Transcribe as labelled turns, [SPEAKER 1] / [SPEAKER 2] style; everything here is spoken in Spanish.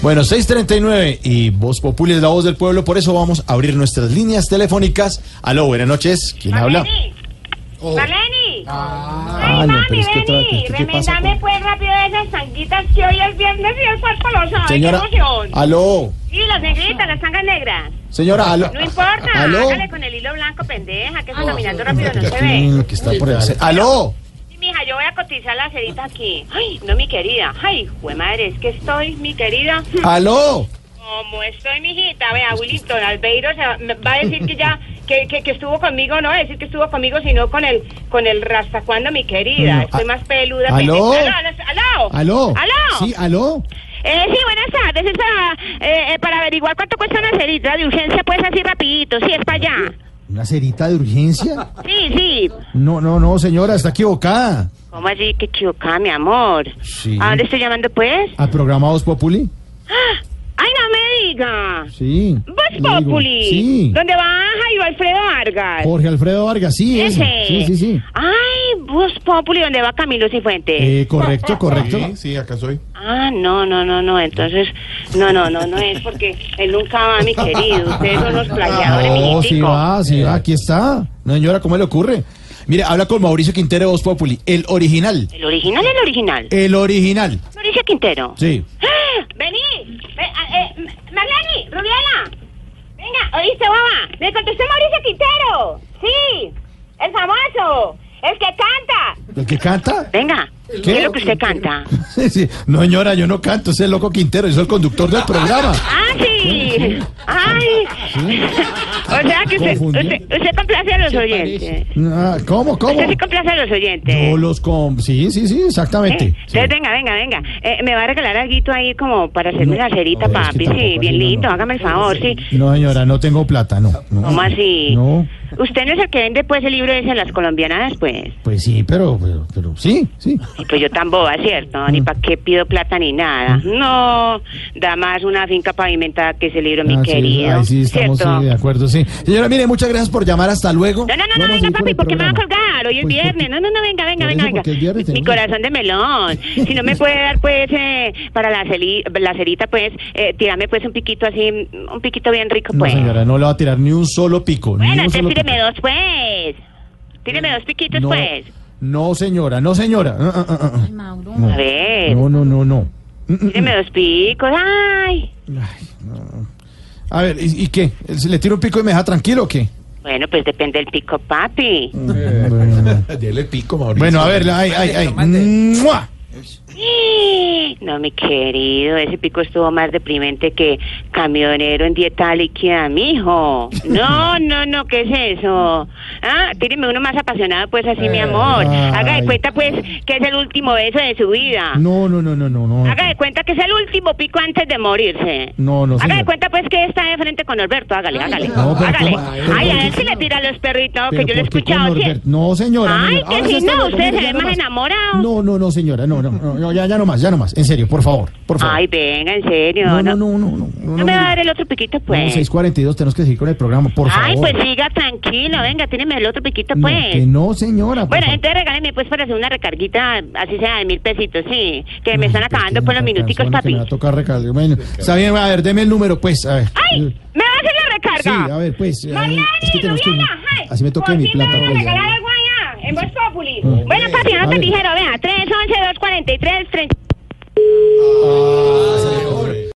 [SPEAKER 1] Bueno, 639 y Voz Populi es la voz del pueblo, por eso vamos a abrir nuestras líneas telefónicas. Aló, buenas noches. ¿Quién habla? Oh.
[SPEAKER 2] Maleni. Maleni. Ay,
[SPEAKER 1] Ah, no,
[SPEAKER 2] mami,
[SPEAKER 1] pero es que otra vez,
[SPEAKER 2] vení.
[SPEAKER 1] ¿qué- qué pasa
[SPEAKER 2] Remendame
[SPEAKER 1] con-
[SPEAKER 2] pues rápido esas tanguitas que hoy es viernes y es cuerpo lo sabe.
[SPEAKER 1] Señora. ah,
[SPEAKER 2] Qué emoción.
[SPEAKER 1] Aló.
[SPEAKER 2] Sí, las negritas, las tangas negras.
[SPEAKER 1] Señora, aló.
[SPEAKER 2] No importa.
[SPEAKER 1] Aló. Ah,
[SPEAKER 2] Hágale con el hilo blanco, pendeja, que eso caminando rápido no se ve.
[SPEAKER 1] Mm, que está por ahí. Aló.
[SPEAKER 2] Sí, mija, yo voy a cotizar las ceritas aquí. Ay, no, mi querida. Ay, jue madre, es que estoy, mi querida.
[SPEAKER 1] Aló.
[SPEAKER 2] Como estoy, mijita, vea, abuelito, Albeiro se va, me va a decir que ya, que, que, que estuvo conmigo, no va a decir que estuvo conmigo, sino con el, con el rastacuando, mi querida.
[SPEAKER 1] No,
[SPEAKER 2] Estoy
[SPEAKER 1] a-
[SPEAKER 2] más peluda.
[SPEAKER 1] Mm, ah, ¿Aló?
[SPEAKER 2] pendeja. ¿Aló?
[SPEAKER 1] Aló.
[SPEAKER 2] ¿Aló? ¿Aló?
[SPEAKER 1] Sí, ah. aló.
[SPEAKER 2] Eh, sí, buenas tardes. Es para, eh, eh, para averiguar cuánto cuestan las heridas de urgencia, pues así rapidito, sí, es para allá.
[SPEAKER 1] ¿Una cerita de urgencia?
[SPEAKER 2] Sí, sí.
[SPEAKER 1] No, no, no, señora, está equivocada.
[SPEAKER 2] ¿Cómo así que equivocada, mi amor?
[SPEAKER 1] Sí.
[SPEAKER 2] ¿A dónde estoy llamando, pues? ¡Ah!
[SPEAKER 1] ¿Al programa Voz Populi?
[SPEAKER 2] ¡Ay, no me diga!
[SPEAKER 1] Sí. le
[SPEAKER 2] Voz
[SPEAKER 1] digo.
[SPEAKER 2] Populi.
[SPEAKER 1] Sí.
[SPEAKER 2] ¿Dónde va Jairo Alfredo Vargas?
[SPEAKER 1] Jorge Alfredo Vargas, sí, ese.
[SPEAKER 2] Ese.
[SPEAKER 1] Sí, sí, sí.
[SPEAKER 2] Ay, Bus Populi, ¿dónde va Camilo Cifuentes?
[SPEAKER 1] Eh, correcto, correcto.
[SPEAKER 3] Sí, sí, acá soy.
[SPEAKER 2] Ah, no, no, no, no, entonces, no, no, no, no es porque él nunca va, mi querido. Ustedes son los plagiadores,
[SPEAKER 1] No, Ah, oh, sí
[SPEAKER 2] mijitico.
[SPEAKER 1] va, sí va, aquí está. No, señora, ¿cómo le ocurre? Mire, habla con Mauricio Quintero de Voz Populi, el original,
[SPEAKER 2] El original es el original.
[SPEAKER 1] el original.
[SPEAKER 2] Mauricio Quintero.
[SPEAKER 1] Eh. Sí.
[SPEAKER 2] ¡Ah! Vení, ve- a- eh, M- Marlene, Rubiela. Venga, oíste, guapa. Me contestó Mauricio Quintero. Sí, el famoso, el que canta.
[SPEAKER 1] ¿El que canta?
[SPEAKER 2] Venga, ¿qué,
[SPEAKER 1] ¿Qué?
[SPEAKER 2] es lo que usted canta?
[SPEAKER 1] Sí, sí. No, señora, yo no canto, ese es el loco Quintero, yo soy el conductor del programa.
[SPEAKER 2] ¡Ah, sí! ¡Ay! O sea que usted,
[SPEAKER 1] Confundí.
[SPEAKER 2] usted, usted complace a los oyentes.
[SPEAKER 1] Ah, ¿Cómo, cómo?
[SPEAKER 2] Usted sí complace a los oyentes.
[SPEAKER 1] Yo los con... Sí, sí, sí,
[SPEAKER 2] ¿Eh?
[SPEAKER 1] exactamente. Sí.
[SPEAKER 2] Entonces, venga, venga, venga. Eh, me va a regalar algo ahí como para hacerme
[SPEAKER 1] No,
[SPEAKER 2] la
[SPEAKER 1] no,
[SPEAKER 2] cerita,
[SPEAKER 1] es que
[SPEAKER 2] papi.
[SPEAKER 1] tampoco
[SPEAKER 2] sí,
[SPEAKER 1] así,
[SPEAKER 2] bien
[SPEAKER 1] no,
[SPEAKER 2] lindo.
[SPEAKER 1] no.
[SPEAKER 2] Hágame el favor, sí.
[SPEAKER 1] No, señora, no tengo plata, no. no.
[SPEAKER 2] ¿Cómo así?
[SPEAKER 1] No,
[SPEAKER 2] Usted no es el que vende, pues, el libro ese a las colombianas, pues.
[SPEAKER 1] pues sí, pero, pero, pero sí, sí.
[SPEAKER 2] Y pues yo tan boba, ¿cierto?
[SPEAKER 1] Mm.
[SPEAKER 2] Ni para qué pido plata ni nada. No, da más una finca pavimentada que ese libro, mi
[SPEAKER 1] Ah, sí,
[SPEAKER 2] querido.
[SPEAKER 1] ahí sí estamos
[SPEAKER 2] ¿Cierto?
[SPEAKER 1] sí, de acuerdo, sí. Señora, mire, muchas gracias por llamar, hasta luego.
[SPEAKER 2] No, no, no,
[SPEAKER 1] Vamos
[SPEAKER 2] no
[SPEAKER 1] a
[SPEAKER 2] venga,
[SPEAKER 1] seguir con
[SPEAKER 2] papi,
[SPEAKER 1] el
[SPEAKER 2] porque me va a
[SPEAKER 1] programa.
[SPEAKER 2] colgar. Hoy es
[SPEAKER 1] Pues,
[SPEAKER 2] viernes. No, no, no, venga, venga,
[SPEAKER 1] por
[SPEAKER 2] venga,
[SPEAKER 1] eso, porque es
[SPEAKER 2] venga.
[SPEAKER 1] viernes,
[SPEAKER 2] Mi
[SPEAKER 1] tenemos-
[SPEAKER 2] corazón de melón. Si no me puede dar, pues, eh, para la, celi- la cerita, pues, eh, tirame, pues, un piquito así, un piquito bien rico,
[SPEAKER 1] No,
[SPEAKER 2] pues.
[SPEAKER 1] señora, no le va a tirar ni un solo pico. ni
[SPEAKER 2] bueno,
[SPEAKER 1] un
[SPEAKER 2] entonces
[SPEAKER 1] solo
[SPEAKER 2] tíreme
[SPEAKER 1] pico.
[SPEAKER 2] dos, pues. Tíreme dos piquitos,
[SPEAKER 1] No,
[SPEAKER 2] pues.
[SPEAKER 1] No, señora, no, señora. Ah, ah, ah, ah.
[SPEAKER 2] A ver,
[SPEAKER 1] No, no, no, no. Mm, mm.
[SPEAKER 2] tíreme dos picos. Ay.
[SPEAKER 1] Ay, no. A ver, ¿y, y qué? ¿Se ¿Le tiro un pico y me deja tranquilo o qué?
[SPEAKER 2] Bueno, pues depende del pico, papi.
[SPEAKER 1] Bueno,
[SPEAKER 3] Dele pico, Mauricio.
[SPEAKER 1] Bueno, a ver, ay, ay, ay. ¡Mua!
[SPEAKER 2] No, mi querido, ese pico estuvo más deprimente que camionero en dieta líquida, mijo. No, no, no, ¿qué es eso? Ah, tíreme uno más apasionado, pues así, mi amor. Haga
[SPEAKER 1] Eh, ay.
[SPEAKER 2] de cuenta, pues, que es el último beso de su vida.
[SPEAKER 1] No, no, no, no, no, no.
[SPEAKER 2] Haga de cuenta que es el último pico antes de morirse.
[SPEAKER 1] No, no,
[SPEAKER 2] Haga
[SPEAKER 1] señora.
[SPEAKER 2] de cuenta, pues, que está de frente con Norberto. Hágale, hágale.
[SPEAKER 1] no, pero
[SPEAKER 2] hágale.
[SPEAKER 1] ¿cómo? Pero
[SPEAKER 2] Ay,
[SPEAKER 1] ¿por
[SPEAKER 2] a él
[SPEAKER 1] qué?
[SPEAKER 2] sí le tira a los perritos, que
[SPEAKER 1] Pero
[SPEAKER 2] yo lo he
[SPEAKER 1] ¿por qué con
[SPEAKER 2] escuchado. sí.
[SPEAKER 1] Norbert? No, señora.
[SPEAKER 2] Ay,
[SPEAKER 1] no,
[SPEAKER 2] que
[SPEAKER 1] ahora
[SPEAKER 2] si
[SPEAKER 1] sí está
[SPEAKER 2] no,
[SPEAKER 1] loco,
[SPEAKER 2] ustedes
[SPEAKER 1] mire,
[SPEAKER 2] se
[SPEAKER 1] ya
[SPEAKER 2] ven más
[SPEAKER 1] más.
[SPEAKER 2] enamorados.
[SPEAKER 1] No, no, no, señora, no, no, no, no, ya, ya no más, ya no más. En serio, por favor, por favor.
[SPEAKER 2] Ay, venga, en serio.
[SPEAKER 1] no, no, no, no, no.
[SPEAKER 2] ¿No me va a dar el otro piquito, pues.
[SPEAKER 1] 642, tenemos que seguir con el programa, por favor.
[SPEAKER 2] Ay, pues siga tranquilo, venga, tíreme el otro piquito,
[SPEAKER 1] No,
[SPEAKER 2] pues.
[SPEAKER 1] que no, señora. por
[SPEAKER 2] Bueno,
[SPEAKER 1] favor.
[SPEAKER 2] entonces regáleme pues para hacer una recarguita, así sea de mil pesitos, sí. Que me están
[SPEAKER 1] Ay,
[SPEAKER 2] acabando
[SPEAKER 1] pequeña
[SPEAKER 2] por los
[SPEAKER 1] esa
[SPEAKER 2] minuticos,
[SPEAKER 1] persona que
[SPEAKER 2] papi.
[SPEAKER 1] me va a tocar recargar. Bueno, está bien, a ver, deme el número, pues. A ver.
[SPEAKER 2] ¡Ay! ¡Me va a hacer la
[SPEAKER 1] Sí,
[SPEAKER 2] recarga!
[SPEAKER 1] a ver, pues. a ver,
[SPEAKER 2] Mariani,
[SPEAKER 1] es que tenemos que-
[SPEAKER 2] Rubiela, ay,
[SPEAKER 1] Así me toca
[SPEAKER 2] por
[SPEAKER 1] mi
[SPEAKER 2] fin
[SPEAKER 1] plata,
[SPEAKER 2] me van a
[SPEAKER 1] pues.
[SPEAKER 2] regalar algo allá, en Voz Populi. Bueno, papi,
[SPEAKER 1] a
[SPEAKER 2] no te
[SPEAKER 1] ver.
[SPEAKER 2] ligero, vea, 311 243 30.
[SPEAKER 3] Ah,
[SPEAKER 1] Ay,